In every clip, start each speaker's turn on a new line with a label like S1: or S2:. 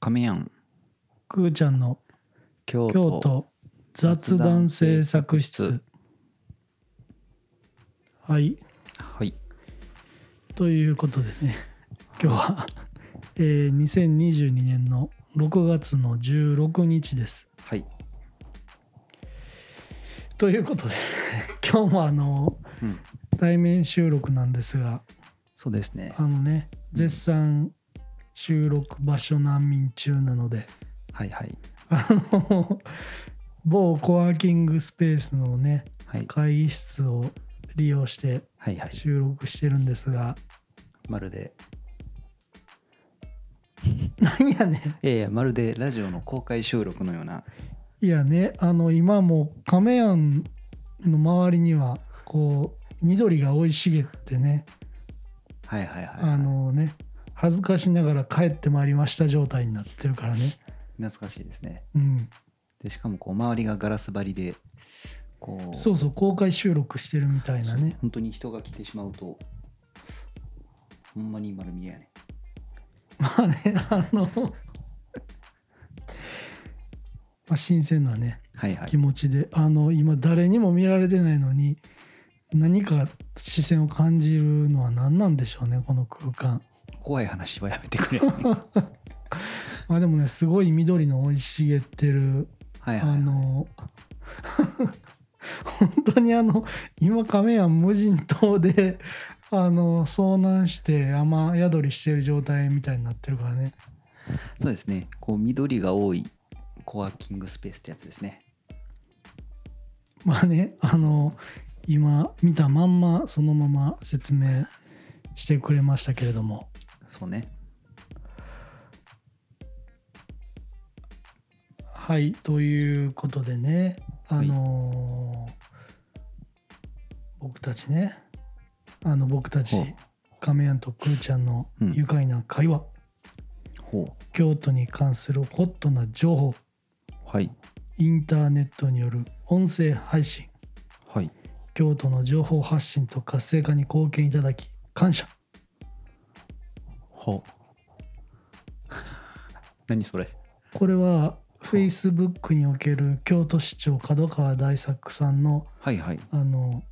S1: 亀やん
S2: くーちゃんの
S1: 京都
S2: 京都雑談制作室はい
S1: はい
S2: ということでね今日は、 えー2022年の6月の16日です
S1: はい、
S2: ということ で今日もあの
S1: うん、
S2: 対面収録なんですが
S1: そうですね
S2: あのね絶賛収録場所難民中なので
S1: はいはい
S2: あの某コワーキングスペースのね
S1: はい
S2: 会議室を利用して
S1: はいはい
S2: 収録してるんですが
S1: まるで
S2: なんやね
S1: いやいやまるでラジオの公開収録のようない
S2: やねあの今もう亀やんの周りにはこう緑が生い茂ってね
S1: はいはいはい、
S2: あのね恥ずかしながら帰ってまいりました状態になってるからね
S1: 懐かしいですね
S2: うん
S1: でしかもこう周りがガラス張りでこう
S2: そうそう公開収録してるみたいな
S1: そう
S2: ね
S1: 本当に人が来てしまうとほんまに丸見えやね
S2: まあねあ のまあ新鮮なね
S1: はいはい
S2: 気持ちであの今誰にも見られてないのに何か視線を感じるのは何なんでしょうねこの空間
S1: 怖い話はやめて くれ
S2: まあでもねすごい緑の生い茂ってる
S1: はい
S2: あ
S1: はい
S2: の 本当にあの今亀やん無人島であの遭難して雨宿りしてる状態みたいになってるからね
S1: そうですねこう緑が多いコワーキングスペースってやつですね
S2: まあねあの今見たまんまそのまま説明してくれましたけれども
S1: そうね
S2: はいということでねあのー僕たちねあの僕たち
S1: ほう
S2: 亀やんとくーちゃんの
S1: うん
S2: 愉快な会話、
S1: ほ
S2: 京都に関するホットな情報
S1: うはい
S2: インターネットによる音声配信
S1: はい
S2: 京都の情報発信と活性化に貢献いただき感謝
S1: ほう 何それ
S2: これは Facebook における京都市長角川大作さんの
S1: はいはい
S2: あの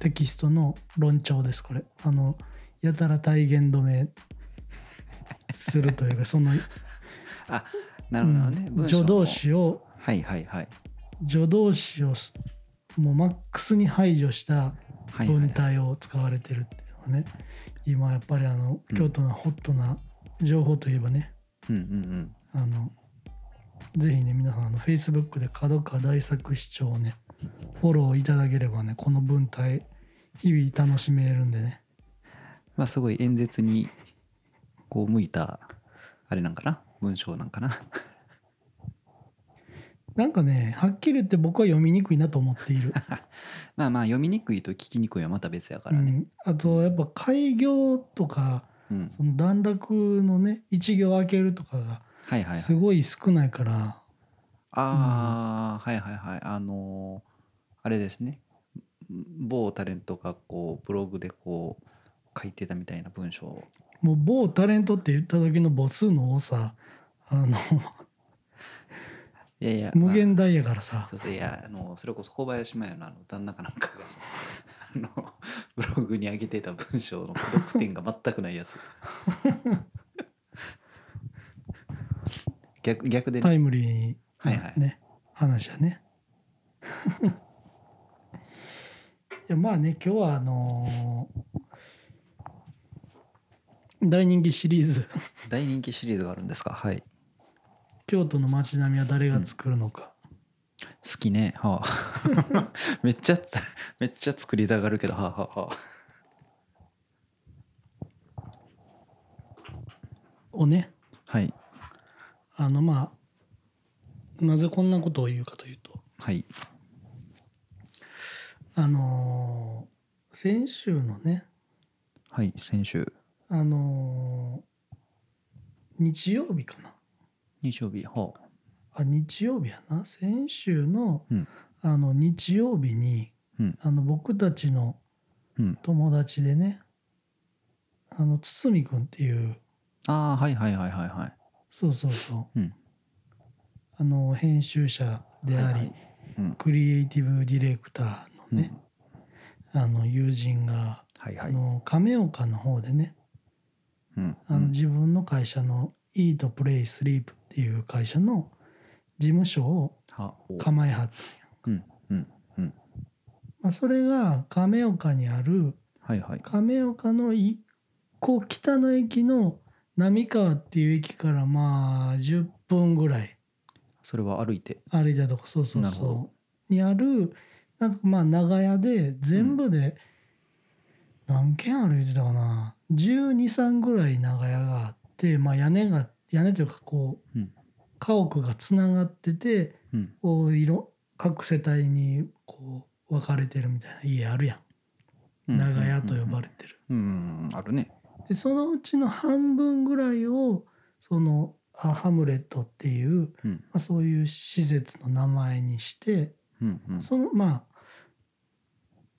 S2: テキストの論調ですこれあのやたら体言止めするというか その
S1: あなるほどね、
S2: うん
S1: 文章
S2: 助
S1: も
S2: 動詞を
S1: はいはいはい
S2: 助動詞をすもうマックスに排除した
S1: はいはい
S2: 文
S1: はい
S2: 体を使われてるっていうのはね今やっぱりあの
S1: うん
S2: 京都のホットな情報といえばね、
S1: うんうんうん
S2: あのぜひね皆さんあの Facebook で角川大作市長をねフォローいただければねこの文体日々楽しめるんでね
S1: まあすごい演説にこう向いたあれなんかな文章なんかな
S2: なんかねはっきり言って僕は読みにくいなと思ってい る、
S1: まあまあ読みにくいと聞きにくいはまた別やか
S2: う
S1: らね、
S2: ん、あとやっぱ開業とか
S1: うん
S2: その段落のね一行開けるとかが
S1: はいはいはい
S2: すごい少ないから、
S1: ああ、はいはいはいあのーあれですね某タレントがこうブログでこう書いてたみたいな文章を
S2: もう某タレントって言った時の母数の多さあの
S1: いやいや
S2: 無
S1: ま
S2: 限大やから
S1: あ
S2: さ
S1: そうそういやあのそれこそ小林麻也のあの旦那かなんかがさ あのブログに上げてた文章の読点が全くないやつ 逆逆でね、
S2: タイムリーな
S1: はいはい
S2: ね話だね。 いやまあね今日はあのー大人気シリーズ
S1: 大人気シリーズがあるんですかはい
S2: 「京都の街並みは誰が作るのか」
S1: 好きねは あめっちゃつめっちゃ作りたがるけどはあはあはあ
S2: をね
S1: はい
S2: あのまあなぜこんなことを言うかというと
S1: はい
S2: あのー先週のね
S1: はい先週
S2: あのー日曜日かな
S1: 日曜日はあ
S2: あ日曜日やな先週の,、
S1: うん
S2: あの日曜日に、
S1: うん
S2: あの僕たちの
S1: うん
S2: 友達でねあの堤君っていう
S1: ああはいはいはいはいはい
S2: そうそうそう
S1: うん
S2: あの編集者であ
S1: はい
S2: り、
S1: はいうん
S2: クリエイティブディレクターのね、
S1: うん
S2: あの友人が、
S1: はいはい
S2: あの亀岡の方でね
S1: うん
S2: あの自分の会社の Eat Play Sleep っていう会社の事務所を
S1: はお
S2: 構えはった、
S1: うんうん
S2: まあ、それが亀岡にある
S1: はいはい
S2: 亀岡の一個北の駅の並川っていう駅からまあ10分ぐらい
S1: それは歩いて
S2: 歩いたとこそうそう
S1: なるほ
S2: そ
S1: ど
S2: うにあるなんかまあ長屋で全部で何軒歩いてたかな1 2三3ぐらい長屋があって、まあ、屋根が屋根というかこう、
S1: うん
S2: 家屋がつながってて
S1: うん
S2: こう色各世帯にこう分かれてるみたいな家あるや
S1: うんん
S2: 長屋と呼ばれてる。
S1: うんうんうんあるね
S2: でそのうちの半分ぐらいをそのあハムレットっていう、
S1: うん
S2: まあ、そういう施設の名前にして
S1: うんうん
S2: そのまあ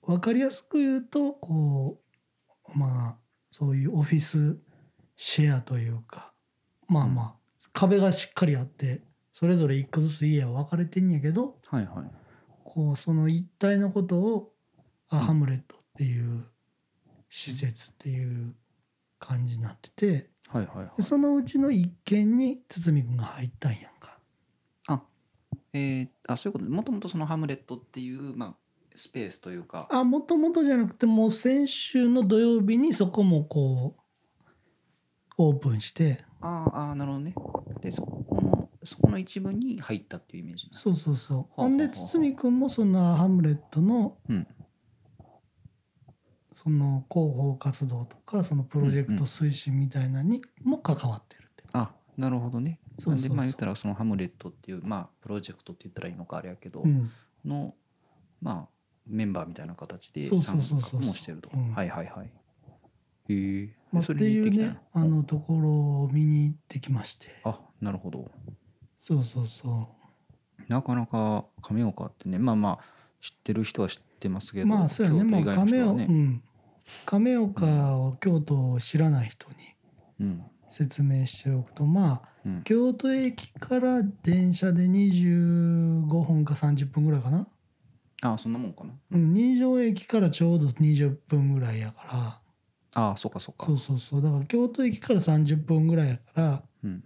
S2: 分かりやすく言うとこうまあそういうオフィスシェアというかまあまあ、壁がしっかりあってそれぞれ一個ずつ家は分かれてんやけど
S1: はいはい
S2: こうその一体のことをア
S1: うん
S2: ハムレットっていう施設っていう感じになってて
S1: はいはいはい
S2: でそのうちの一軒に堤君が入ったんやんか。
S1: あえーあそういうこともともとそのハムレットっていうまあスペースというか
S2: あもともとじゃなくてもう先週の土曜日にそこもこうオープンして
S1: あーあーなるほどねでそこのそこの一部に入ったっていうイメージなの
S2: そうそうそう
S1: あ
S2: ほんで
S1: ほうほう
S2: 堤君もそのアハムレットの
S1: うん
S2: その広報活動とかそのプロジェクト推進みたいなのにも関わってるって
S1: あなるほどね
S2: そうそうそう
S1: なんでまあ言ったらそのハムレットっていうまあプロジェクトって言ったらいいのかあれやけど、
S2: うん
S1: のまあメンバーみたいな形で
S2: そうそ
S1: 参
S2: うそうそう
S1: 画もしてると
S2: うん
S1: はいはいはいへえ
S2: まあ、って
S1: それに
S2: い
S1: 行っ
S2: う
S1: てきた
S2: ねあのところを見に行ってきまして
S1: あなるほど
S2: そうそうそ
S1: なかなか亀岡ってねまあまあ知ってる人は知ってますけ
S2: う
S1: ど
S2: まあそうやね
S1: 京都
S2: ま
S1: 以
S2: あ
S1: 外の
S2: 亀
S1: 人
S2: 岡、
S1: は
S2: う
S1: ね
S2: ん、亀岡を京都を知らない人に
S1: うん
S2: 説明しておくとまあ
S1: うん
S2: 京都駅から電車で25分か30分ぐらいかな、
S1: あそんなもんかな
S2: うん、二条駅からちょうど20分ぐらいやか
S1: あそうかそう
S2: ら
S1: か
S2: そうそうそうだから京都駅から30分ぐらいやから
S1: うん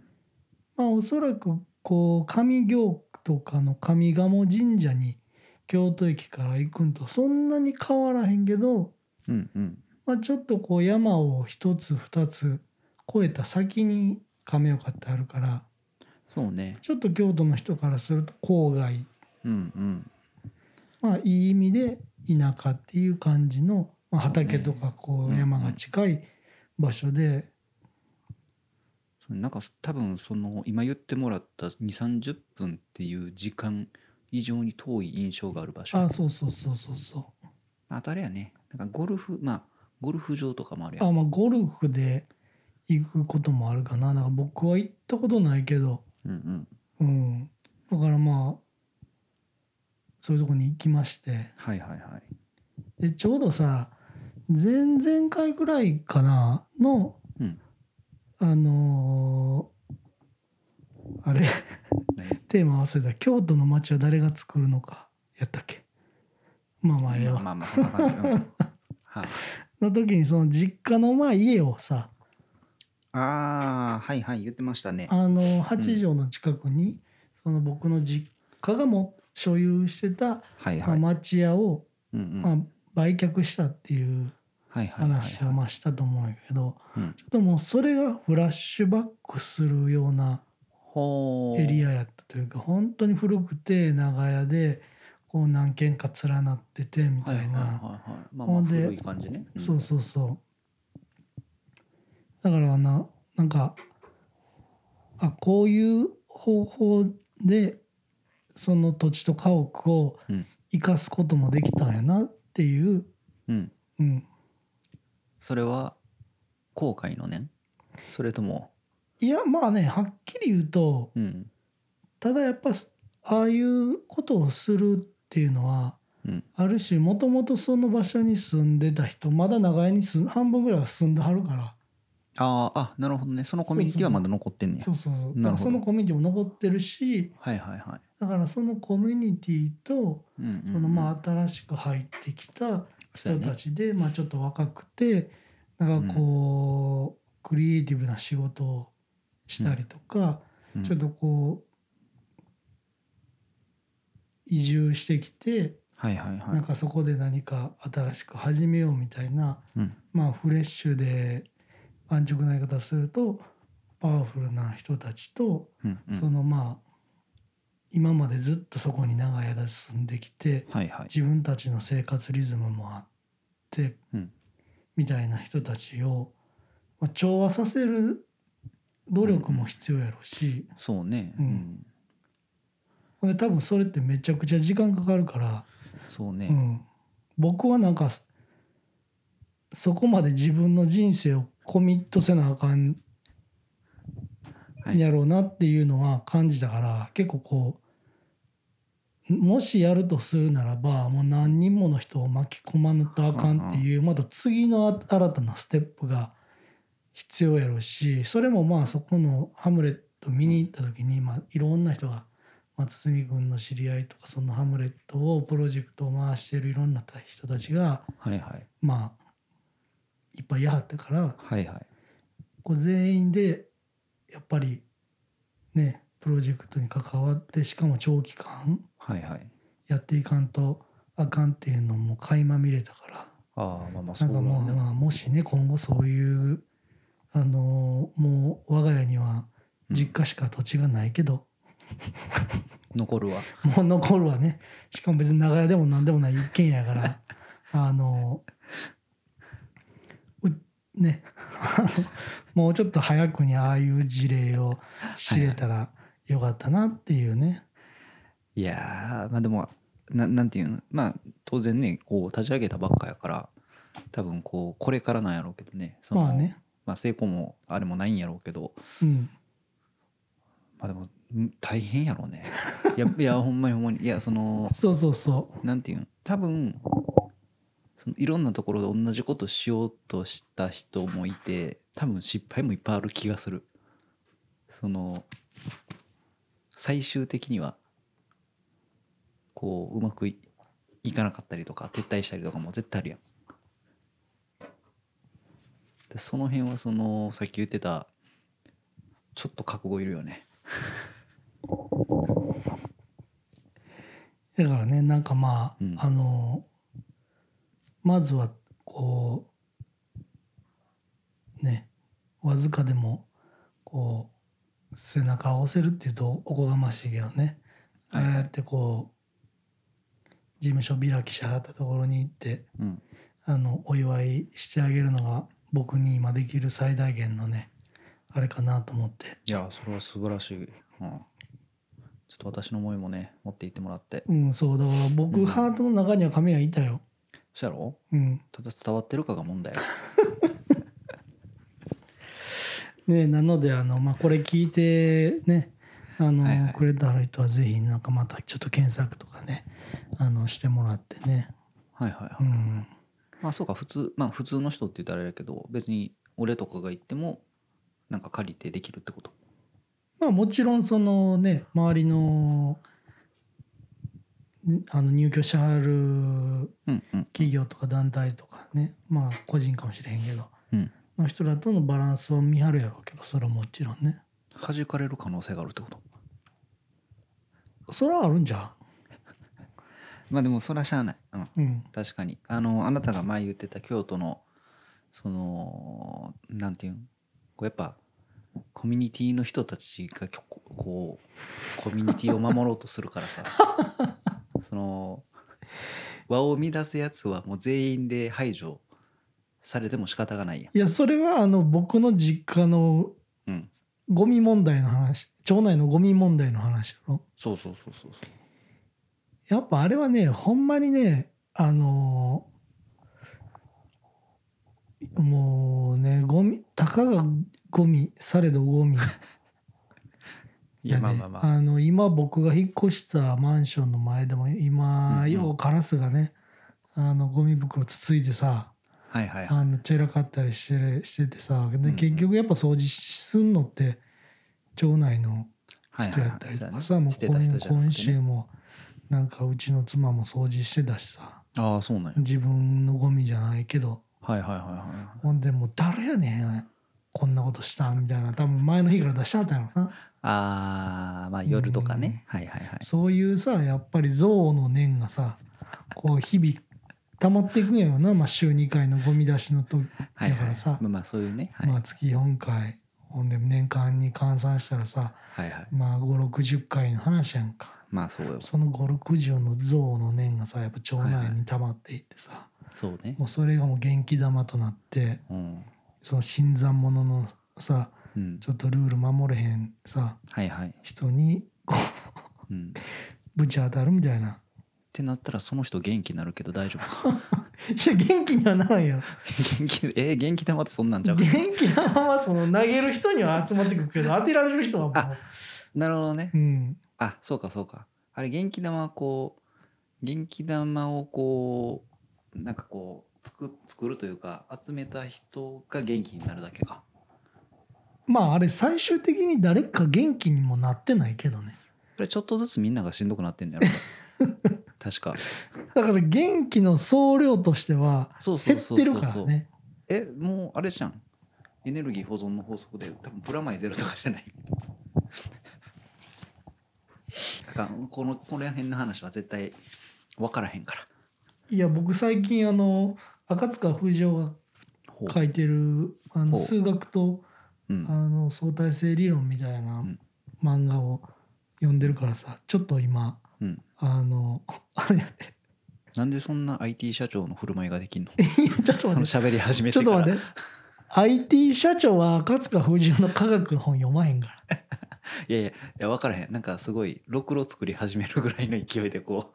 S2: まあおそらくこう上京区とかの上鴨神社に京都駅から行くんとそんなに変わらへんけど、
S1: うんうん
S2: まあ、ちょっとこう山を一つ二つ越えた先に亀岡ってあるから
S1: そうね
S2: ちょっと京都の人からすると郊外
S1: うんうん
S2: まあいい意味で田舎っていう感じの、まあ、
S1: そうね
S2: 畑とかこ
S1: うんう
S2: うん山が近い場所で
S1: そうなんか多分その今言ってもらった2 3 0分っていう時間以上に遠い印象がある場所
S2: あそうそうそうそうそう
S1: あとあれやねなんかゴルフまあゴルフ場とかもあるや
S2: あ
S1: ん
S2: まあゴルフで行くこともあるかなだから僕は行ったことないけど
S1: うんうん
S2: うんだからまあそういうとこに行きまして
S1: はいはいはい
S2: でちょうどさ前々回ぐらいかなの、
S1: うん
S2: あのーあれ
S1: 何
S2: テーマ忘れた京都の街は誰が作るのかやったっけまあまあええわ、
S1: まあまあそんな感じ、うんはい
S2: の時にその実家のまあ家をさ
S1: ああはいはい言ってましたね
S2: あの8畳の近くに、その僕の実家がも所有してた、
S1: はい
S2: ま
S1: は
S2: あ、
S1: い、
S2: 町屋を、
S1: うんうん
S2: まあ、売却したっていう
S1: はいはいはい
S2: 話を
S1: はい
S2: まあしたと思うんやけど、
S1: うん
S2: ちょっともうそれがフラッシュバックするような
S1: ほ
S2: エリ
S1: ア
S2: アやったというか本当に古くて長屋でこう何軒か連なっててみた
S1: はいはい
S2: い
S1: はい
S2: な
S1: はいまあま
S2: ほ
S1: あ
S2: んで
S1: 古い感じね、ん
S2: そうそうそうだからななんかあこういう方法でその土地と家屋を
S1: うん
S2: 生かすこともできたんやなっていう、
S1: うん
S2: うん、
S1: それは後悔の念それとも
S2: いやまあねはっきり言うと
S1: うん
S2: ただやっぱすああいうことをするっていうのは
S1: うん
S2: ある種もともとその場所に住んでた人まだ長屋に住ん半分ぐらいは住んではるから
S1: あーあなるほどねそのコミュニティはまだ残ってんねや
S2: そうそうそう
S1: なるほど
S2: そのコミュニティも残ってるし
S1: はいはいはい
S2: だからそのコミュニティと
S1: うんうんうん
S2: そのまあ新しく入ってきた
S1: そう
S2: 人
S1: や
S2: た
S1: ね
S2: ちで、まあ、ちょっと若くてなんかこう、クリエイティブな仕事をしたりとか、
S1: うん
S2: ちょっとこう移住してきて、
S1: はいはいはい
S2: なんかそこで何か新しく始めようみたいな、
S1: うん
S2: まあ、フレッシュで安直な言い方するとパワフルな人たちと、
S1: うんうん
S2: そのまあ今までずっとそこに長い間住んできて、
S1: はいはい
S2: 自分たちの生活リズムもあって、
S1: うん
S2: みたいな人たちを、まあ、調和させる努力も必要やろし、
S1: そうね
S2: うん
S1: うん
S2: ほんで多分それってめちゃくちゃ時間かかるから、
S1: そう
S2: う
S1: ね
S2: ん、僕はなんかそこまで自分の人生をコミットせなあかん
S1: はい
S2: やろうなっていうのは感じたから、結構こうもしやるとするならばもう何人もの人を巻き込まぬとあかんっていうまた次の新たなステップが必要やろうしそれもまあそこの「ハムレット」見に行った時に、まあ、いろんな人が、まあ、堤君の知り合いとかその「ハムレット」をプロジェクトを回してるいろんな人たちが
S1: はいはい
S2: まあいっぱいやはったから
S1: はいはい
S2: こう全員でやっぱりねプロジェクトに関わってしかも長期間
S1: はいはい
S2: やっていかんとあかんっていうのも垣間見れたから
S1: ああまあまあそ
S2: な
S1: うんだね
S2: かもう、まあ、もしね今後そういうあのーもう我が家には
S1: うん
S2: 実家しか土地がない けど、
S1: 残るわ
S2: もう残るはねしかも別に長屋でも何でもない一軒家やから あのうね もうちょっと早くにああいう事例を知れたらよかったなっていうね。
S1: いやーまあでもななんていうのまあ当然ねこう立ち上げたばっかやから多分こうこれからなんやろうけどね その
S2: まあね、
S1: まあ成功もあれもないんやろうけど
S2: うん、
S1: まあでもん大変やろうねいやいやほんまにほんまにいやその
S2: そうそうそ
S1: なんていうの多分そのいろんなところで同じことしようとした人もいて多分失敗もいっぱいある気がするその最終的にはこううまくいいかなかったりとか撤退したりとかも絶対あるやんでその辺はそのさっき言ってたちょっと覚悟いるよね
S2: うだからねなんかま
S1: う
S2: あ、
S1: ん
S2: あのまずはこうねわずかでもこう背中を押せるっていうとおこがましいけどね、
S1: はいはい
S2: ああやってこう事務所開きしはったところに行って
S1: うん
S2: あのお祝いしてあげるのが僕に今できる最大限のねあれかなと思って
S1: いやそれは素晴らしい、うん、ちょっと私の思いもね持っていってもらって
S2: うんそうだから僕、
S1: うん
S2: ハートの中には髪はいたよ
S1: そやろ
S2: うん
S1: ただ伝わってるかが問題や
S2: ねなのであの、まあ、これ聞いてねあの、
S1: はいはい
S2: くれた人はぜひなんかまたちょっと検索とかねあのしてもらってね
S1: はいはいはい、
S2: うん
S1: まあそうか普通まあ普通の人って言ったらあれやけど別に俺とかが行ってもなんか借りてできるってこと
S2: まあもちろんそのね周りのんあの入居者ある
S1: うんうん
S2: 企業とか団体とかねまあ個人かもしれへんけど、
S1: うん
S2: の人らとのバランスを見張るやろうけどそれはもちろんね
S1: 弾かれる可能性があるってこと
S2: それはあるんじゃ
S1: まあでもそれはしゃあない、うん、
S2: ううん
S1: 確かにあのあなたが前言ってた京都のそのなんていうんこうやっぱコミュニティの人たちがきょここうコミュニティを守ろうとするから さその和を乱すやつはもう全員で排除されても仕方がないや
S2: いやそれはあの僕の実家の
S1: ん、うん、
S2: ゴミ問題の話町内のゴミ問題の話やろ
S1: そうそうそうそうそう
S2: やっぱあれはねほんまにねあのーもうねゴミたかがゴミされどゴミ
S1: いや
S2: で
S1: まあまあまあ
S2: あの今僕が引っ越したマンションの前でも今、
S1: うんうん
S2: ようカラスがねあのゴミ袋つついてさ
S1: はいはいはい
S2: あの散らかったりしてるしててさ
S1: んう
S2: で
S1: ん
S2: 結局やっぱ掃除すんのって町内の
S1: はい
S2: 人
S1: はい
S2: やっ
S1: は
S2: た
S1: い
S2: り
S1: そ
S2: と
S1: うや
S2: か
S1: ね
S2: さもう
S1: してた人
S2: 今
S1: じゃなく
S2: 今
S1: てね
S2: 週もなんかうちの妻も掃除してたしさ
S1: ああそうなんや
S2: 自分のゴミじゃないけど
S1: はいはいはいはい
S2: ほんでもう誰やねんこんなことしたんみたいな多分前の日から出しちゃったんやろな
S1: ああまあ夜とかねはいはいはい
S2: そういうさやっぱり憎悪の念がさこう日々溜まっていくんやろな、まあ、週2回のゴミ出しの時
S1: はい
S2: だか
S1: は
S2: ら
S1: い
S2: さ
S1: まあまあそういうねはい
S2: まあ月4回ほんで年間に換算したらさ
S1: はいはい
S2: まあ560回の話やんか
S1: まあそうよ
S2: その560の像の念がさやっぱ町内に溜まっていってさ、
S1: そうね
S2: もうそれがもう元気玉となって
S1: うん
S2: その新参者のさ
S1: うん
S2: ちょっとルール守れへんさ
S1: はいはい
S2: 人にこ
S1: うん
S2: うぶち当たるみたい
S1: っ
S2: な
S1: てなったらその人元気になるけど大丈夫 か
S2: いや元気にはならんよ
S1: 元気えー元気玉ってそんなんちゃ
S2: 元
S1: うか
S2: 気なままその投げる人には集まってくるけど当てられる人はも
S1: あ
S2: う、
S1: なるほどね
S2: うん、
S1: あそうかそうかあれ元気玉はこう元気玉をこうなんかこう作作るというか集めた人が元気になるだけか
S2: まああれ最終的に誰か元気にもなってないけどね
S1: これちょっとずつみんながしんどくなってんのやろ確 か
S2: だから元気の総量としては
S1: そうそ
S2: 減
S1: う
S2: っ
S1: そ
S2: て
S1: う
S2: る
S1: そ
S2: か
S1: う
S2: ら
S1: そう、
S2: ね
S1: えもうあれじゃんエネルギー保存の法則で多分プラマイゼロとかじゃない あかんこのこの辺の話は絶対分からへんから
S2: いや僕最近あの赤塚不二夫
S1: ほ
S2: が書いてるあの
S1: ほう
S2: 数学と
S1: う、う
S2: あ
S1: ん、
S2: の相対性理論みたいな
S1: うん
S2: 漫画を読んでるからさちょっと今
S1: うん、
S2: あの あれやね
S1: なんでそんな IT 社長の振る舞いがで きんの
S2: いやちょっと
S1: その
S2: 待
S1: 喋り始
S2: って
S1: め
S2: ちょ
S1: て
S2: っ
S1: か
S2: と
S1: ら
S2: 待って IT 社長は赤塚不二夫の科学の本読まへんから
S1: いやいやいや分からへんなんかすごいろくろ作り始めるぐらいの勢いでこ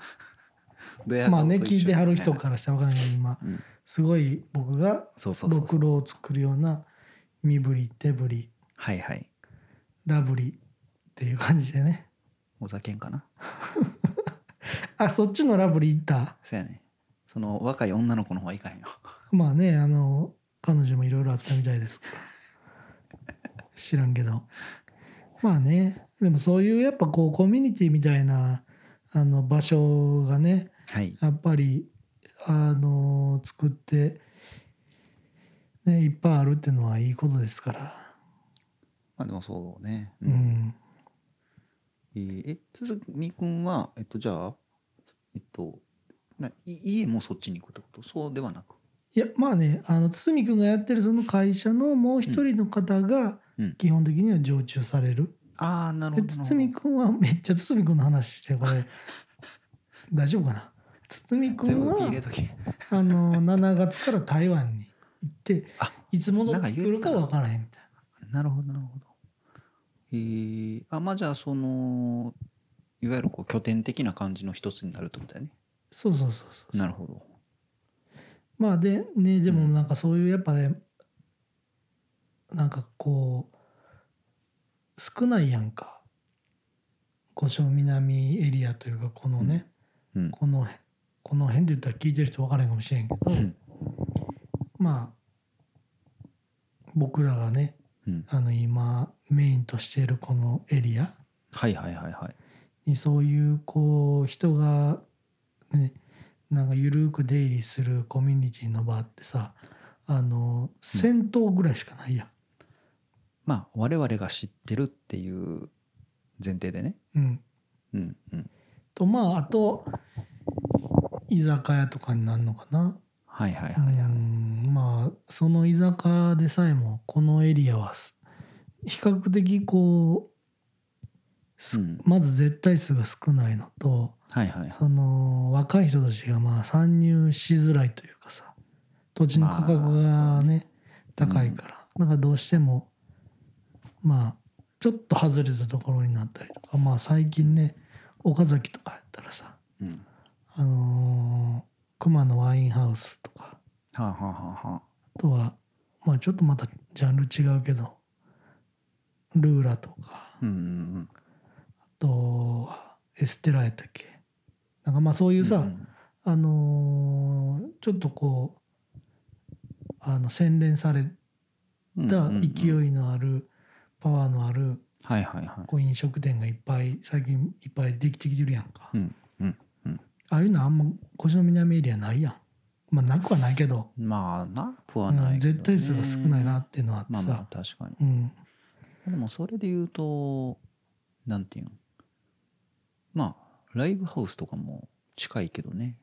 S1: うどや
S2: まあね
S1: 顔と一緒
S2: 聞
S1: に
S2: いてはる人からしたら分からないけど今
S1: うん
S2: すごい僕が
S1: そうそうそう
S2: ろ
S1: そ
S2: く
S1: う
S2: ろを作るような身振り手振り
S1: はいはい
S2: ラブリーっていう感じでね
S1: お酒んかな
S2: あそっちのラブリー行った
S1: そやねその若い女の子の方はいかへんよ
S2: まあねあの彼女もいろいろあったみた いです知らんけどまあねでもそういうやっぱこうコミュニティみたいなあの場所がね
S1: はい
S2: やっぱりあの作って、ね、いっぱいあるっていうのはいいことですから。
S1: まあでもそうね。う
S2: う。ん、
S1: えーえ、鈴木くんは、えっと、じゃあ、えっと、ない家もそっちに行くってことそうではなく。
S2: いやまあねあの堤君がやってるその会社のもう一人の方が
S1: うん
S2: 基本的には常駐される、
S1: ああ、なる
S2: で
S1: ほど。
S2: 堤君はめっちゃ堤君の話して これ大丈夫かな堤
S1: 全
S2: 君
S1: 部ピー入
S2: は
S1: れとけ。
S2: あの7月から台湾に行って
S1: あ
S2: いつ戻ってくるか分からへんみたい
S1: なるほど、なるほど。えー、あ、まあじゃあ、その、いわゆるこう拠点的な感じの一つになるってことだよね。
S2: なそうそうそうそう
S1: なるほど。
S2: まあでねでも
S1: うん
S2: なんかそういうやっぱねなんかこう少ないやんか五所南エリアというかこのね、
S1: うんうん
S2: このこの辺で言ったら聞いてる人分からへんかもしれんけど、
S1: うん
S2: まあ僕らがね
S1: うん。
S2: あの今メインとしているこのエリア
S1: はいはいはいはい。
S2: にそういうこう人がねなんか緩く出入りするコミュニティの場ってさあの
S1: うん
S2: 銭湯ぐらいしかないやん、
S1: まあ、我々が知ってるっていう前提でね。
S2: うん、
S1: うんうん。
S2: とまああと居酒屋とかになるのかな、
S1: はいはいはい。
S2: うん、まあその居酒屋でさえもこのエリアはす比較的こうす
S1: うん
S2: まず絶対数が少ないのと
S1: はいはいはい。
S2: その若い人たちがまあ参入しづらいというかさ土地の価格
S1: まあ
S2: が
S1: そう
S2: ね,、高いから、だからどうしてもまあちょっと外れたところになったりとかまあ最近ね岡崎とかやったらさ
S1: うん。
S2: あのー熊野ワインハウスとか
S1: はあはあはあはあ。
S2: あとはまあちょっとまたジャンル違うけどルーラとか
S1: うんうんうん。
S2: あとはエステラやったっけなんかまあそういうさ、
S1: うんうん
S2: あのーちょっとこうあの洗練され
S1: うん
S2: た
S1: うんうん
S2: 勢いのあるパワーのある
S1: はいはいはい
S2: こう飲食店がいっぱい最近いっぱいできてきてるやんか、
S1: うんうんうん
S2: ああいうのあんま越の南エリアないやんまあなくはないけど、
S1: まあなくはないけどね、
S2: うん絶対数が少ないなっていうのはあって
S1: ま
S2: さ、
S1: あまあ確かに
S2: うん
S1: でもそれで言うとなんていうんまあライブハウスとかも近いけどね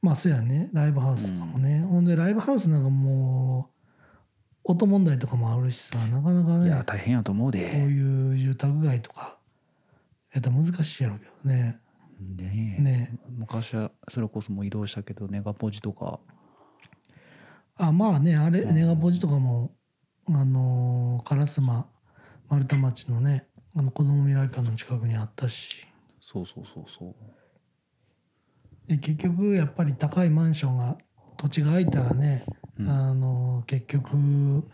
S2: まあそうやねライブハウスとかもね、ほんでライブハウスなんかもう音問題とかもあるしさなかなか
S1: い
S2: ね
S1: や大変やと思うで
S2: こういう住宅街とかやったら難しいやろうけどね
S1: ねえ
S2: ね
S1: 昔はそれこそもう移動したけどネガポジとか
S2: あまあねあれ
S1: うん
S2: ネガポジとかもあのー烏丸丸太町のねあの子供未来館の近くにあったし
S1: そうそうそうそう
S2: で結局やっぱり高いマンションが土地が空いたらね、
S1: うん
S2: あのー結局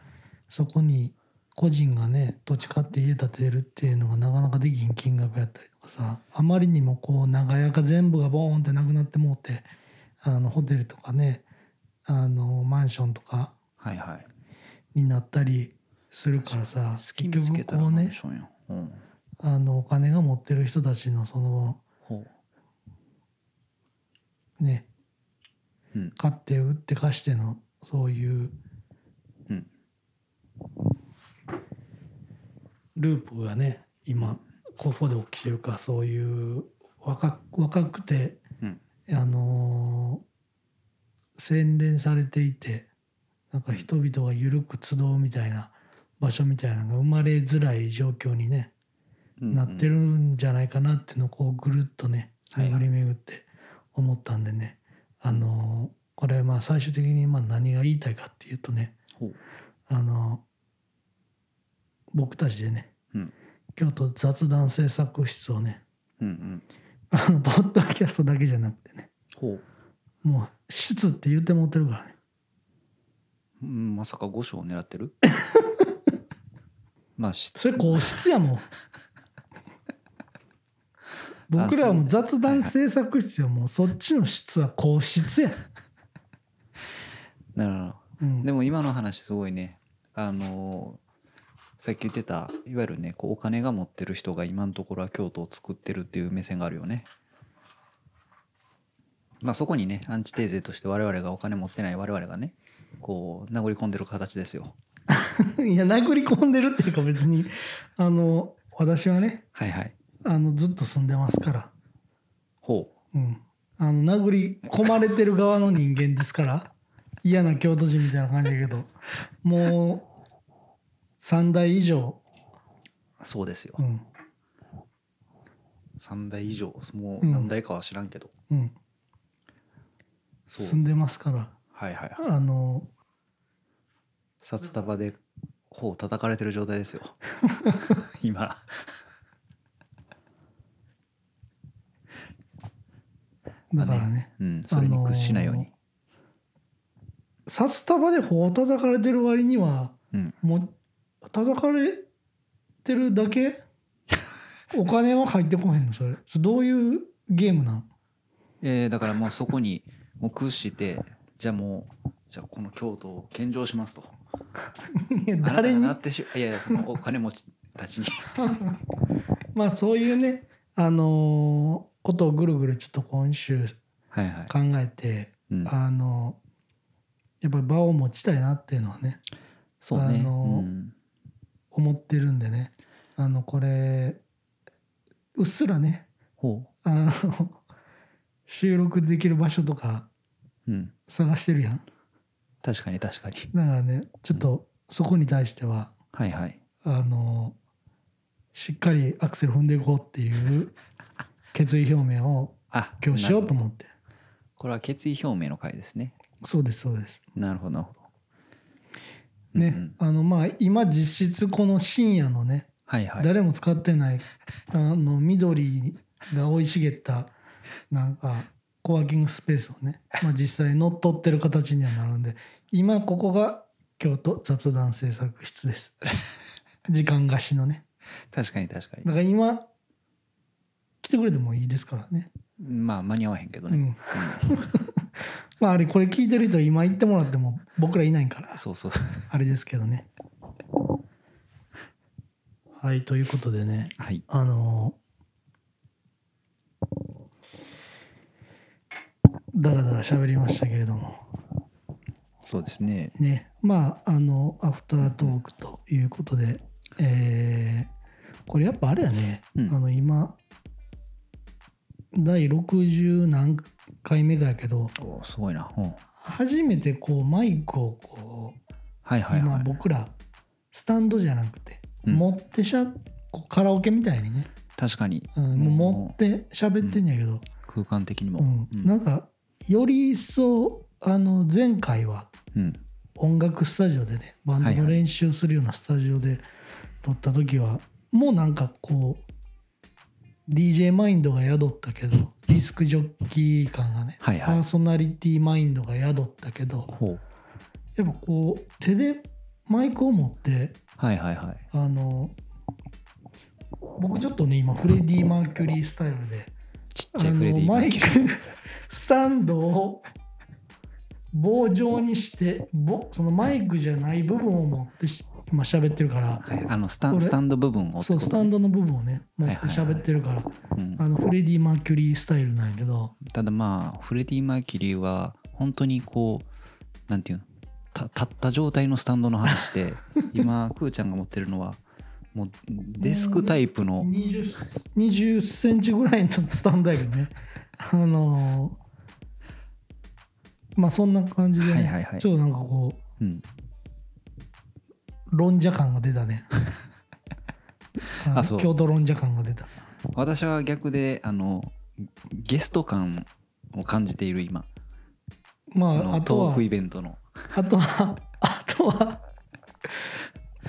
S2: そこに個人がね土地買って家建てるっていうのがなかなかできひん金額やったりとかさあまりにもこう長屋が全部がボーンってなくなってもうてあのホテルとかねあのーマンションとか
S1: はいはい
S2: になったりするからさ
S1: 好きに
S2: 結
S1: つけ
S2: 局
S1: たら
S2: こう
S1: マン
S2: ね
S1: ションや、うん、
S2: あのお金が持ってる人たちのその
S1: ほ
S2: ね
S1: う、うん、
S2: 買って売って貸してのそういう、
S1: うん
S2: ループがね今ここで起きてるからそういう若く若くて、
S1: うん
S2: あのー洗練されていてなんか人々が緩く集うみたいな場所みたいなのが生まれづらい状況にね、
S1: うん
S2: なってるんじゃないかなっていうのをこうぐるっとね
S1: はいは
S2: 巡
S1: い
S2: り巡って思ったんでね、あのーこれまあ最終的にまあ何が言いたいかっていうとね
S1: ほう
S2: あのー僕たちでね、
S1: うん
S2: 京都雑談制作室をね
S1: うんうん
S2: あのポッドキャストだけじゃなくてね
S1: ほう
S2: もう室って言ってもってるからね
S1: うんまさか5章を狙って るまあし
S2: それこう 室やもん僕らはもう雑談制作室やもうそっちの室はこう室や、
S1: なるほ
S2: うん
S1: どでも今の話すごいねあのーさっき言ってたいわゆるねこうお金が持ってる人が今のところは京都を作ってるっていう目線があるよねまあそこにねアンチテーゼとして我々がお金持ってない我々がねこう殴り込んでる形ですよ
S2: いや殴り込んでるっていうか別にあの私はね
S1: はいはい
S2: あのずっと住んでますから、
S1: ほ
S2: うん、あの殴り込まれてる側の人間ですから 嫌な京都人みたいな感じだけどもう3代以上、
S1: うそうですよ
S2: うん
S1: 3代以上もう
S2: うん
S1: 何代かは知らんけど、
S2: うん、
S1: そう
S2: 住んでますから
S1: はいはいはい
S2: あの
S1: 札束で頬を叩かれてる状態ですよ 今
S2: だからね
S1: うんそれに屈しないように、
S2: 札束で頬を叩かれてる割には
S1: うん
S2: もう叩かれてるだ けお金は入ってこへんのそれそれどういうゲームなん
S1: えーだからもうそこにもう屈してじゃあもうじゃあこの京都を献上しますと
S2: いや
S1: あなた
S2: 誰
S1: が
S2: に
S1: なってしいやいやそのお金持ちたちに
S2: まあそういうねあのーことをぐるぐるちょっと今週
S1: はいはい、
S2: 考えて
S1: うん、
S2: あのーやっぱり場を持ちたいなっていうのはね
S1: そうね、
S2: あのー
S1: うん
S2: 思ってるんでねあのこれうっすらね
S1: ほ
S2: あの収録できる場所とか
S1: う、うん、
S2: 探してるやん
S1: 確かに確かに
S2: だからねちょっとそこに対しては
S1: はいはい
S2: あのしっかりアクセル踏んでいこうっていう決意表明を
S1: あ
S2: 今日しよう
S1: なるほ
S2: と
S1: ど
S2: 思って
S1: これは決意表明の回ですね
S2: そうですそうです
S1: なるほどなるほど
S2: ね、
S1: うんうん
S2: あのまあ今実質この深夜のね、
S1: はいはい
S2: 誰も使っ てないあの緑が生い茂ったなんかコワーキングスペースをね、まあ、実際乗っ取ってる形にはなるんで今ここが京都雑談制作 室です時間貸しのね
S1: 確かに確かに
S2: だから今来てくれてもいいですからね
S1: まあ間に合わへんけど
S2: う
S1: ね、
S2: ん
S1: うん
S2: まああれこれ聞いてる人今言ってもらっても僕らいないから
S1: そうそう。
S2: あれですけどねはいということでね
S1: はい。
S2: あのだらだら喋りましたけれども
S1: そうですね。
S2: ねまああのアフタートークということで、えーこれやっぱあれやね、
S1: うん
S2: あの今第60何回目かやけど
S1: おーすごいな。うん
S2: 初めてこうマイクをこう、
S1: はいはい
S2: 今
S1: はい。
S2: 僕らスタンドじゃなくて、
S1: うん
S2: 持ってしゃこうカラオケみたいにね、
S1: 確かに
S2: うんもう持って喋ってんやけど、
S1: 空間的にも。
S2: うん
S1: うん
S2: なんかより一層あの前回は
S1: うん
S2: 音楽スタジオでねバンド
S1: はいは
S2: の
S1: い
S2: 練習するようなスタジオで撮った時は、もうなんかこう DJ マインドが宿ったけどディスクジョッキー感がね、
S1: はいはい
S2: パーソナリティマインドが宿ったけど
S1: ほう
S2: やっぱこう手でマイクを持って
S1: はいはいはい。
S2: あの僕ちょっとね今フレディ・マーキュリースタイルで
S1: ちっ
S2: あ
S1: ちゃいフレデ
S2: の
S1: ィマ
S2: マ
S1: ー
S2: イ
S1: キ
S2: ク
S1: ュリー。
S2: スタンドを棒状にしてぼそのマイクじゃない部分を持ってし今喋ってるから
S1: はい、あのスタ
S2: こ
S1: ン
S2: れ
S1: スタンド部分をって
S2: そ
S1: こ
S2: う
S1: と
S2: スタンドの部分をね持っ
S1: はい
S2: て
S1: はいはい
S2: 喋ってるから、
S1: うん
S2: あのフレディ・マーキュリースタイルなんやけど
S1: ただまあフレディ・マーキュリーは本当にこうなんていうのた立った状態のスタンドの話 で今くーちゃんが持ってるのはもうデスクタイプの
S2: 20 20センチぐらいのスタンドやけどねあのーまあそんな感じでね、
S1: はいはいはい
S2: ちょっとなんかこう
S1: うん
S2: 論者感が出たねあの
S1: あそう
S2: 京都論者感が出た
S1: 私は逆であのゲスト感を感じている今
S2: ま
S1: そ
S2: あ
S1: の
S2: あと
S1: トー
S2: は
S1: クイベントの
S2: あとは、 あとは、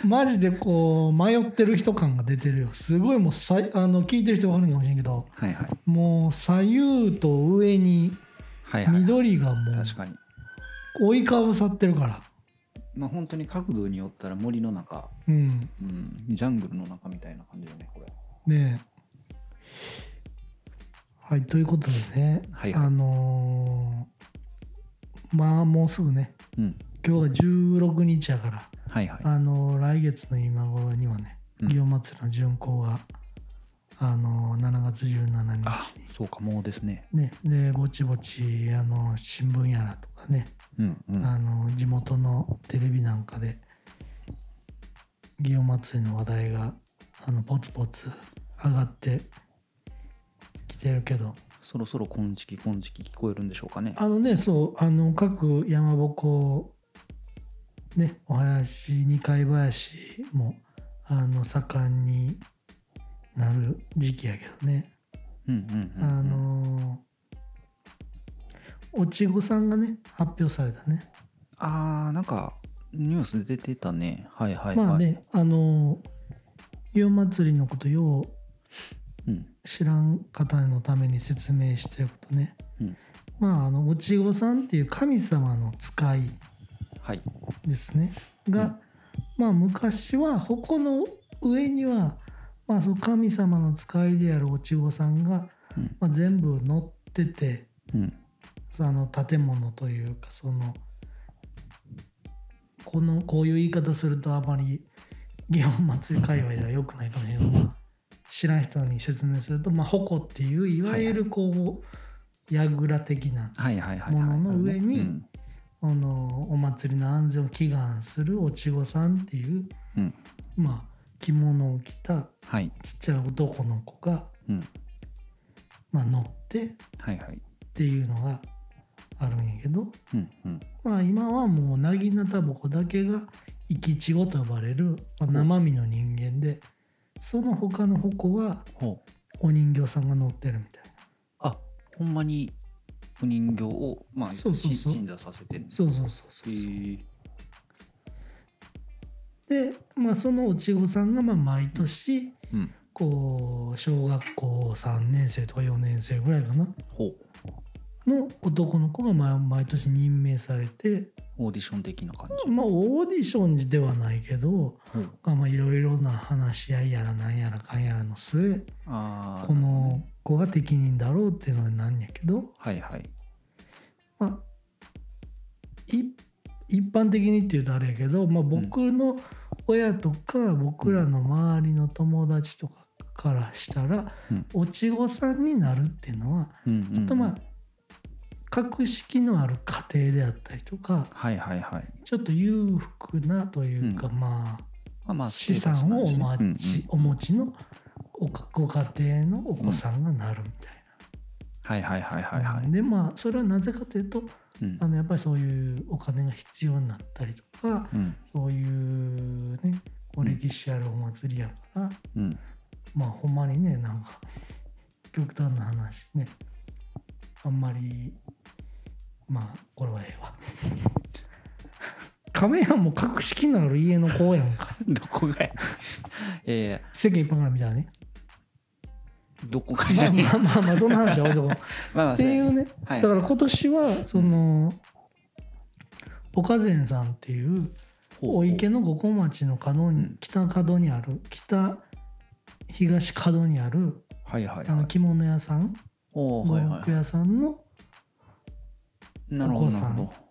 S2: マジでこう、迷ってる人感が出てるよ。すごいもうさい、あの聞いてる人わかるかもしれんけど、
S1: はいはい
S2: もう左右と上に
S1: はいはい
S2: 緑がも
S1: 確かに
S2: う、追いかぶさってるから。
S1: まあ本当に角度によったら森の中、
S2: うん。
S1: うん、ジャングルの中みたいな感じよねこれ
S2: ねえはい、ということでね、
S1: はいはい
S2: あのーまあもうすぐね、
S1: うん
S2: 今日が16日やから、
S1: はいはい
S2: あの来月の今頃にはね
S1: うん
S2: 祇園祭の巡行が、あの7月17
S1: あ
S2: 日
S1: そうかもうですね
S2: にねでぼちぼちあの新聞やらとかね、
S1: うんうん
S2: あの地元のテレビなんかで祇園祭の話題があのポツポツ上がってきてるけど
S1: そろそろ金色金色聞こえるんでしょうかね。
S2: あのねそうあの各山鉾ねお囃子二階林もあの盛んになる時期やけどね、
S1: うんうんうん、
S2: あのおちごさんがね発表されたね、
S1: あーなんかニュースで出てたね。はいはいはい。
S2: まあねあの祇園祭りのことよう
S1: うん、
S2: 知らん方のために説明しておくとね、
S1: うん
S2: まああのおちごさんっていう神様の使い
S1: はい。
S2: ですねが、まあ昔は矛の上には、まあ、その神様の使いであるおちごさんが、
S1: うん
S2: まあ、全部乗ってて
S1: うん
S2: その建物というかそのこのこういう言い方するとあまり祇園祭界隈では良くないかもしれないけど、まあ、知らん人に説明すると、まあ、矛っていういわゆるこう櫓的な
S1: はいはいはいはい。
S2: ものの上に
S1: うん
S2: あのお祭りの安全を祈願するおちごさんっていう、
S1: うん
S2: まあ着物を着た
S1: はい
S2: ちっちゃい男の子が、
S1: うん
S2: まあ、乗ってっ
S1: はいはい。
S2: ていうのがあるんやけど、
S1: うんうん。
S2: まあ、今はもうなぎなたぼこだけが生きちごと呼ばれる、まあ、生身の人間でその他の矛は
S1: ほう。
S2: お人形さんが乗ってるみたいな。
S1: あほんまにお人形をまあ
S2: そうそうそ
S1: ち
S2: う
S1: 鎮座させてるんです。
S2: そうそうそうそう
S1: へー
S2: で、まあ、そのおちごさんがまあ毎年
S1: うん。
S2: こう小学校3年生とか4年生ぐらいかな
S1: ほう。
S2: の男の子がまあ毎年任命されて、
S1: オーディション的な感じ。
S2: まあ、オーディションではないけど
S1: ほう
S2: まあまあいろいろな話し合いやらなんやらかんやらの末
S1: あー
S2: この子が適任だろうっていうのになんやけど、
S1: はいはい。
S2: まあ、い一般的にっていうとあれやけど、まあ、僕の親とか僕らの周りの友達とかからしたら、
S1: うん
S2: おちごさんになるっていうのは
S1: うんうんうん
S2: ちょっとまあ格式のある家庭であったりとか
S1: はいはいはい
S2: ちょっと裕福なというか、
S1: う
S2: まあ
S1: まあまあ
S2: 資産をお
S1: ま
S2: 待ち、お持ちのおかご家庭のお子さんがなるみた
S1: は
S2: い
S1: いはいはい
S2: な。
S1: はいはい、
S2: でまあそれはなぜかというと
S1: うん
S2: あのやっぱりそういうお金が必要になったりとか
S1: うん
S2: そういうねこう
S1: うん
S2: 歴史あるお祭りやから、
S1: うん
S2: まあほんまにねなんか極端な話ねあんまりまあこれはええわ。 亀屋も格式のある家の子やん か
S1: どこがやいやいや
S2: 世間一般から見たらね
S1: どこが
S2: ま
S1: や
S2: あ
S1: ねん
S2: まあまあまあそんな話は置い とこう
S1: まあまあ
S2: っていう
S1: ね
S2: ね
S1: は
S2: だ
S1: い
S2: から今年はその岡善さんっていう
S1: ほう
S2: お池の五湖町の角
S1: う
S2: に
S1: ん
S2: 北角にある北東角にある
S1: はいはい
S2: あ
S1: は
S2: の
S1: い
S2: 着物屋さん
S1: おー
S2: 呉
S1: はいはい
S2: 服
S1: は
S2: 屋さんの
S1: いなるほど
S2: お子さ
S1: なんるほど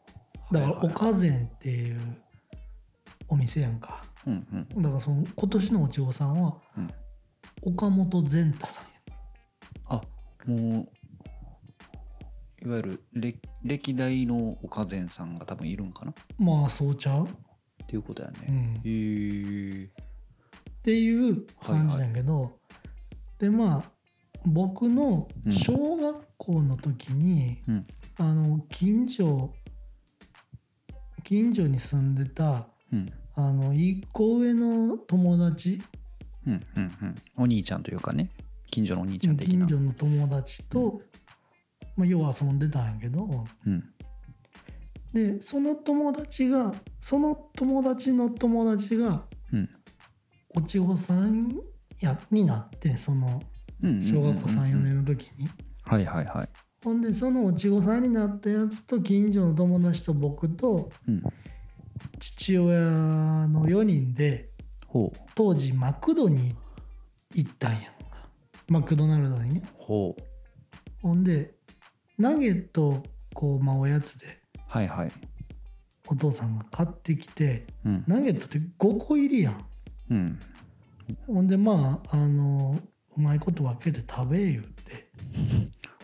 S2: だから
S1: はいはい
S2: 岡善っていうお店やんか
S1: うんうん
S2: だからその今年のおちごさんは
S1: うん
S2: 岡本善太さんや
S1: あもういわゆる歴歴代の岡善さんが多分いるんかなっ
S2: まあそうちゃう、
S1: ていうことやね、
S2: うん
S1: へえ
S2: っていう感じなんやけど、でまあ僕の
S1: うん
S2: 小学校の時に、
S1: うん
S2: あの近所近所に住んでた
S1: うん
S2: あの一個上の友達
S1: うんうんうんお兄ちゃんというかね近所のお兄ちゃん的な
S2: 近所の友達と、まあ、要は遊んでたんやけど
S1: うん
S2: でその友達がその友達の友達が
S1: うん
S2: おちごさんやになってその
S1: うんうんうん
S2: 小
S1: うん
S2: 学校34年の時に。
S1: はいはいはい
S2: ほんでそのおちごさんになったやつと近所の友達と僕と
S1: うん
S2: 父親の4人で
S1: ほう
S2: 当時マクドに行ったんやんかマクドナルドにね
S1: ほう
S2: ほんでナゲットをこう、まあ、おやつで
S1: はいはい
S2: お父さんが買ってきて
S1: うん
S2: ナゲットって5個入りやん
S1: うん
S2: ほんでまああのうまいこと分けて食べ言って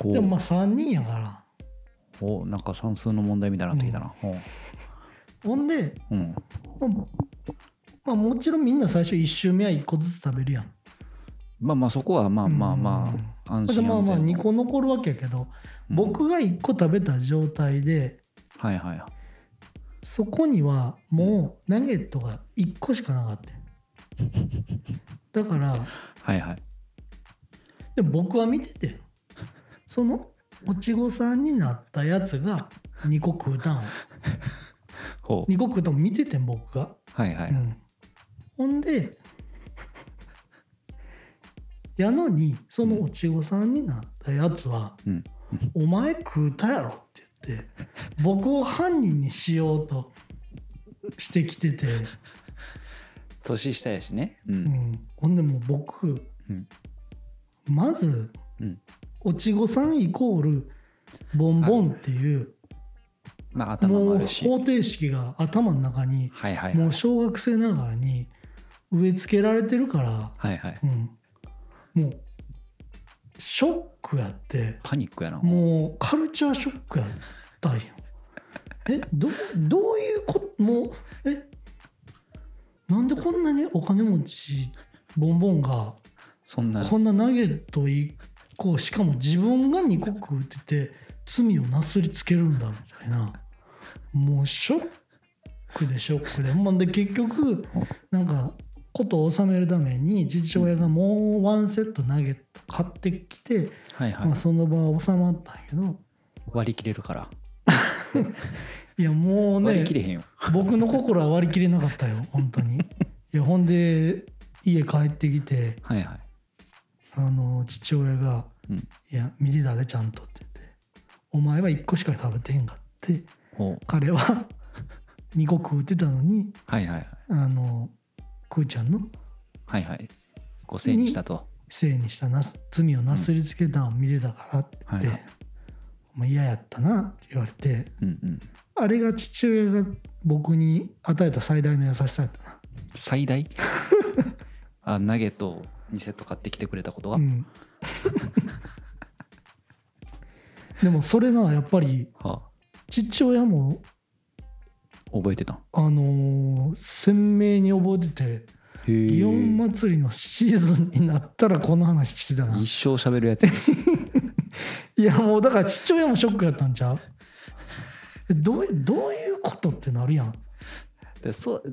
S1: ほ
S2: でもま
S1: う
S2: あ3人やから
S1: ほうなんか算数の問題みたいになってきたなほ
S2: ほんで、
S1: ううん
S2: まあまあ、もちろんみんな最初1周目は1個ずつ食べるやん
S1: まあまあそこはまあまあまあ安
S2: ま
S1: 心
S2: あまあ
S1: 安
S2: まあ
S1: 全
S2: 2個残るわけやけ
S1: う
S2: ど、
S1: ん
S2: 僕が1個食べた状態で
S1: はいはいは
S2: そこにはもうナゲットが1個しかなかっただから
S1: いはい
S2: でも僕は見ててそのおちごさんになったやつが2個食うたん
S1: ほう
S2: 2個食うたん見ててん僕が、
S1: はいは
S2: う
S1: い
S2: ん、ほんで やのにそのおちごさんになったやつは、
S1: うん
S2: お前食うたやろって言って僕を犯人にしようとしてきてて、
S1: 年下やしねう
S2: うんん、ほんでもう僕、
S1: うん
S2: まず、
S1: うん
S2: おちごさんイコールボンボンっていう、
S1: まあ頭
S2: も
S1: も
S2: う
S1: あるし
S2: 方程式が頭の中に
S1: はいはいは
S2: も
S1: いう
S2: 小学生ながらに植え付けられてるから、
S1: はいはい
S2: うん、もうショックやって。
S1: パニックやな
S2: もうカルチャーショックやったんやえどどういうこともうえなんでこんなにお金持ちボンボンが
S1: そんな
S2: こんなナゲット1個しかも自分が2個食うてて罪をなすりつけるんだみたいなもうショックでショックでほんまで結局なんかことを収めるために父親がもうワンセットナゲット買ってきて、
S1: はいは
S2: まあ、
S1: い
S2: その場は収まったんやけど
S1: 割り切れるから
S2: いやもう
S1: 割
S2: ね
S1: り切れへんよ
S2: 僕の心は割り切れなかったよ本当にいやほんで家帰ってきて
S1: はいはい
S2: あの父親が「
S1: うん
S2: いや見てたでちゃんと」って言って「お前は1個しか食べてへんか」って
S1: ほう
S2: 彼は 2個食うてたのに
S1: はいはいはい
S2: あのくーちゃんの
S1: はいはい5000円にしたと
S2: せいにしたな罪をなすりつけたのを見てたからって言って、
S1: はい
S2: もう嫌やったなって言われて
S1: うんうん
S2: あれが父親が僕に与えた最大の優しさやったな
S1: 最 大あ投げと2セット買ってきてくれたことが、
S2: うん、でもそれがやっぱり
S1: は
S2: 父親も、
S1: あ、覚えてた
S2: あのー鮮明に覚えてて
S1: へえ
S2: 祇園祭りのシーズンになったらこの話してたな
S1: 一生喋るやつや
S2: いやもうだから父親もショックやったんちゃうえどういどういうことってなるやん、
S1: でそう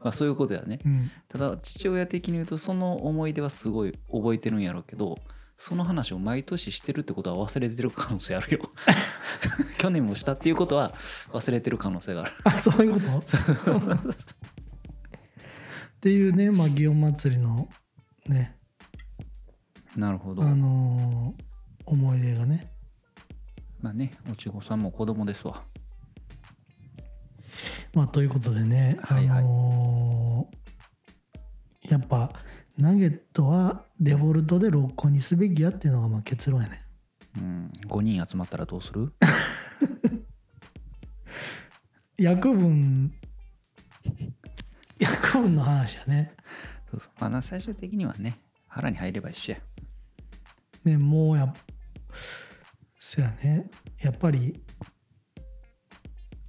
S1: まあそういうことやね
S2: うん、
S1: ただ父親的に言うとその思い出はすごい覚えてるんやろうけどその話を毎年してるってことは忘れてる可能性あるよ 去年もしたっていうことは忘れてる可能性がある
S2: あそういうことっていうね、まあ、祇園祭りのね
S1: なるほど
S2: あのー思い出がね
S1: まあねおちごさんも子供ですわ
S2: まあということでね、
S1: はいはい
S2: あのーやっぱナゲットはデフォルトで6個にすべきやっていうのがまあ結論やね
S1: うん5人集まったらどう する
S2: 約分約分の話やね
S1: そうそうまあな最終的にはね腹に入れば一緒や
S2: ねもうやそやねやっぱり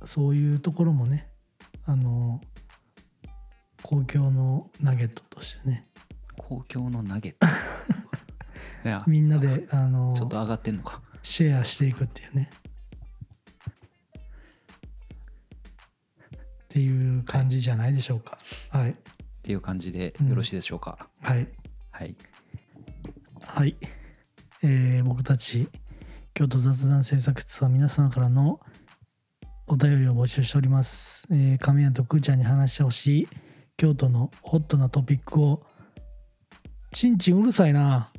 S2: そういうところもねあの公共のナゲットとしてね
S1: 公共のナゲット いや
S2: みんなであの
S1: ちょっと上がってんのか
S2: シェアしていくっていうねっていう感じじゃないでしょうかはい
S1: っていう感じで
S2: うん
S1: よろしいでしょうか、
S2: はい
S1: はい
S2: はい、えー僕たち京都雑談制作室は皆様からのお便りを募集しております、えー、亀谷とくーちゃんに話してほしい京都のホットなトピックをちんちんうるさいな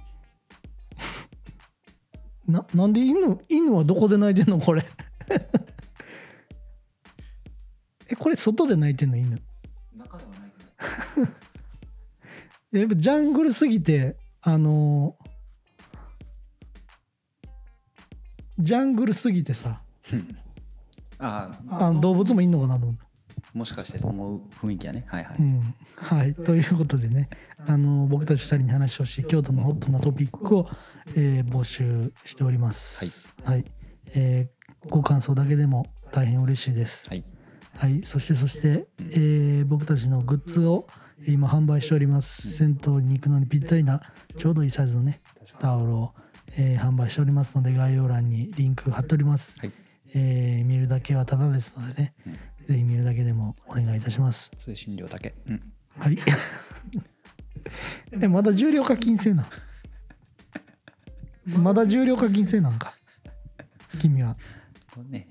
S2: ななんで犬犬はどこで鳴いてんのこれ えこれ外で鳴いてんの犬
S1: 中ではないけど
S2: やっぱジャングルすぎてあのージャングルすぎてさ
S1: あ
S2: あの動物もいんのかなと思った
S1: もしかしてと思う雰囲気やねはいはい、
S2: うんはい、ということでねあの僕たち2人に話してほしい京都のホットなトピックを、えー募集しております
S1: はい、
S2: はいえーご感想だけでも大変嬉しいです
S1: はい
S2: はい、そしてそして、えー僕たちのグッズを今販売しております銭湯に行くのにぴったりなちょうどいいサイズのねタオルを、えー販売しておりますので概要欄にリンク貼っております、
S1: はい
S2: えー見るだけはタダですのでね、ぜひ見るだけでもお願いいたします
S1: 通信料だけ、うん、
S2: はい えまだ重量課金制なんまだ重量課金制なんか君は
S1: これね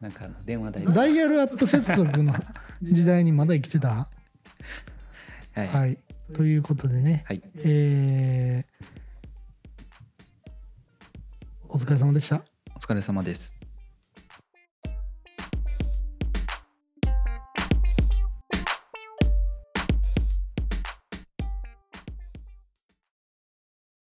S1: なんかあの電話代
S2: ダイヤルアップ接続の時代にまだ生きてた
S1: はいは、
S2: はいい、ということでね、えーお疲れ様でした。
S1: お疲れ様です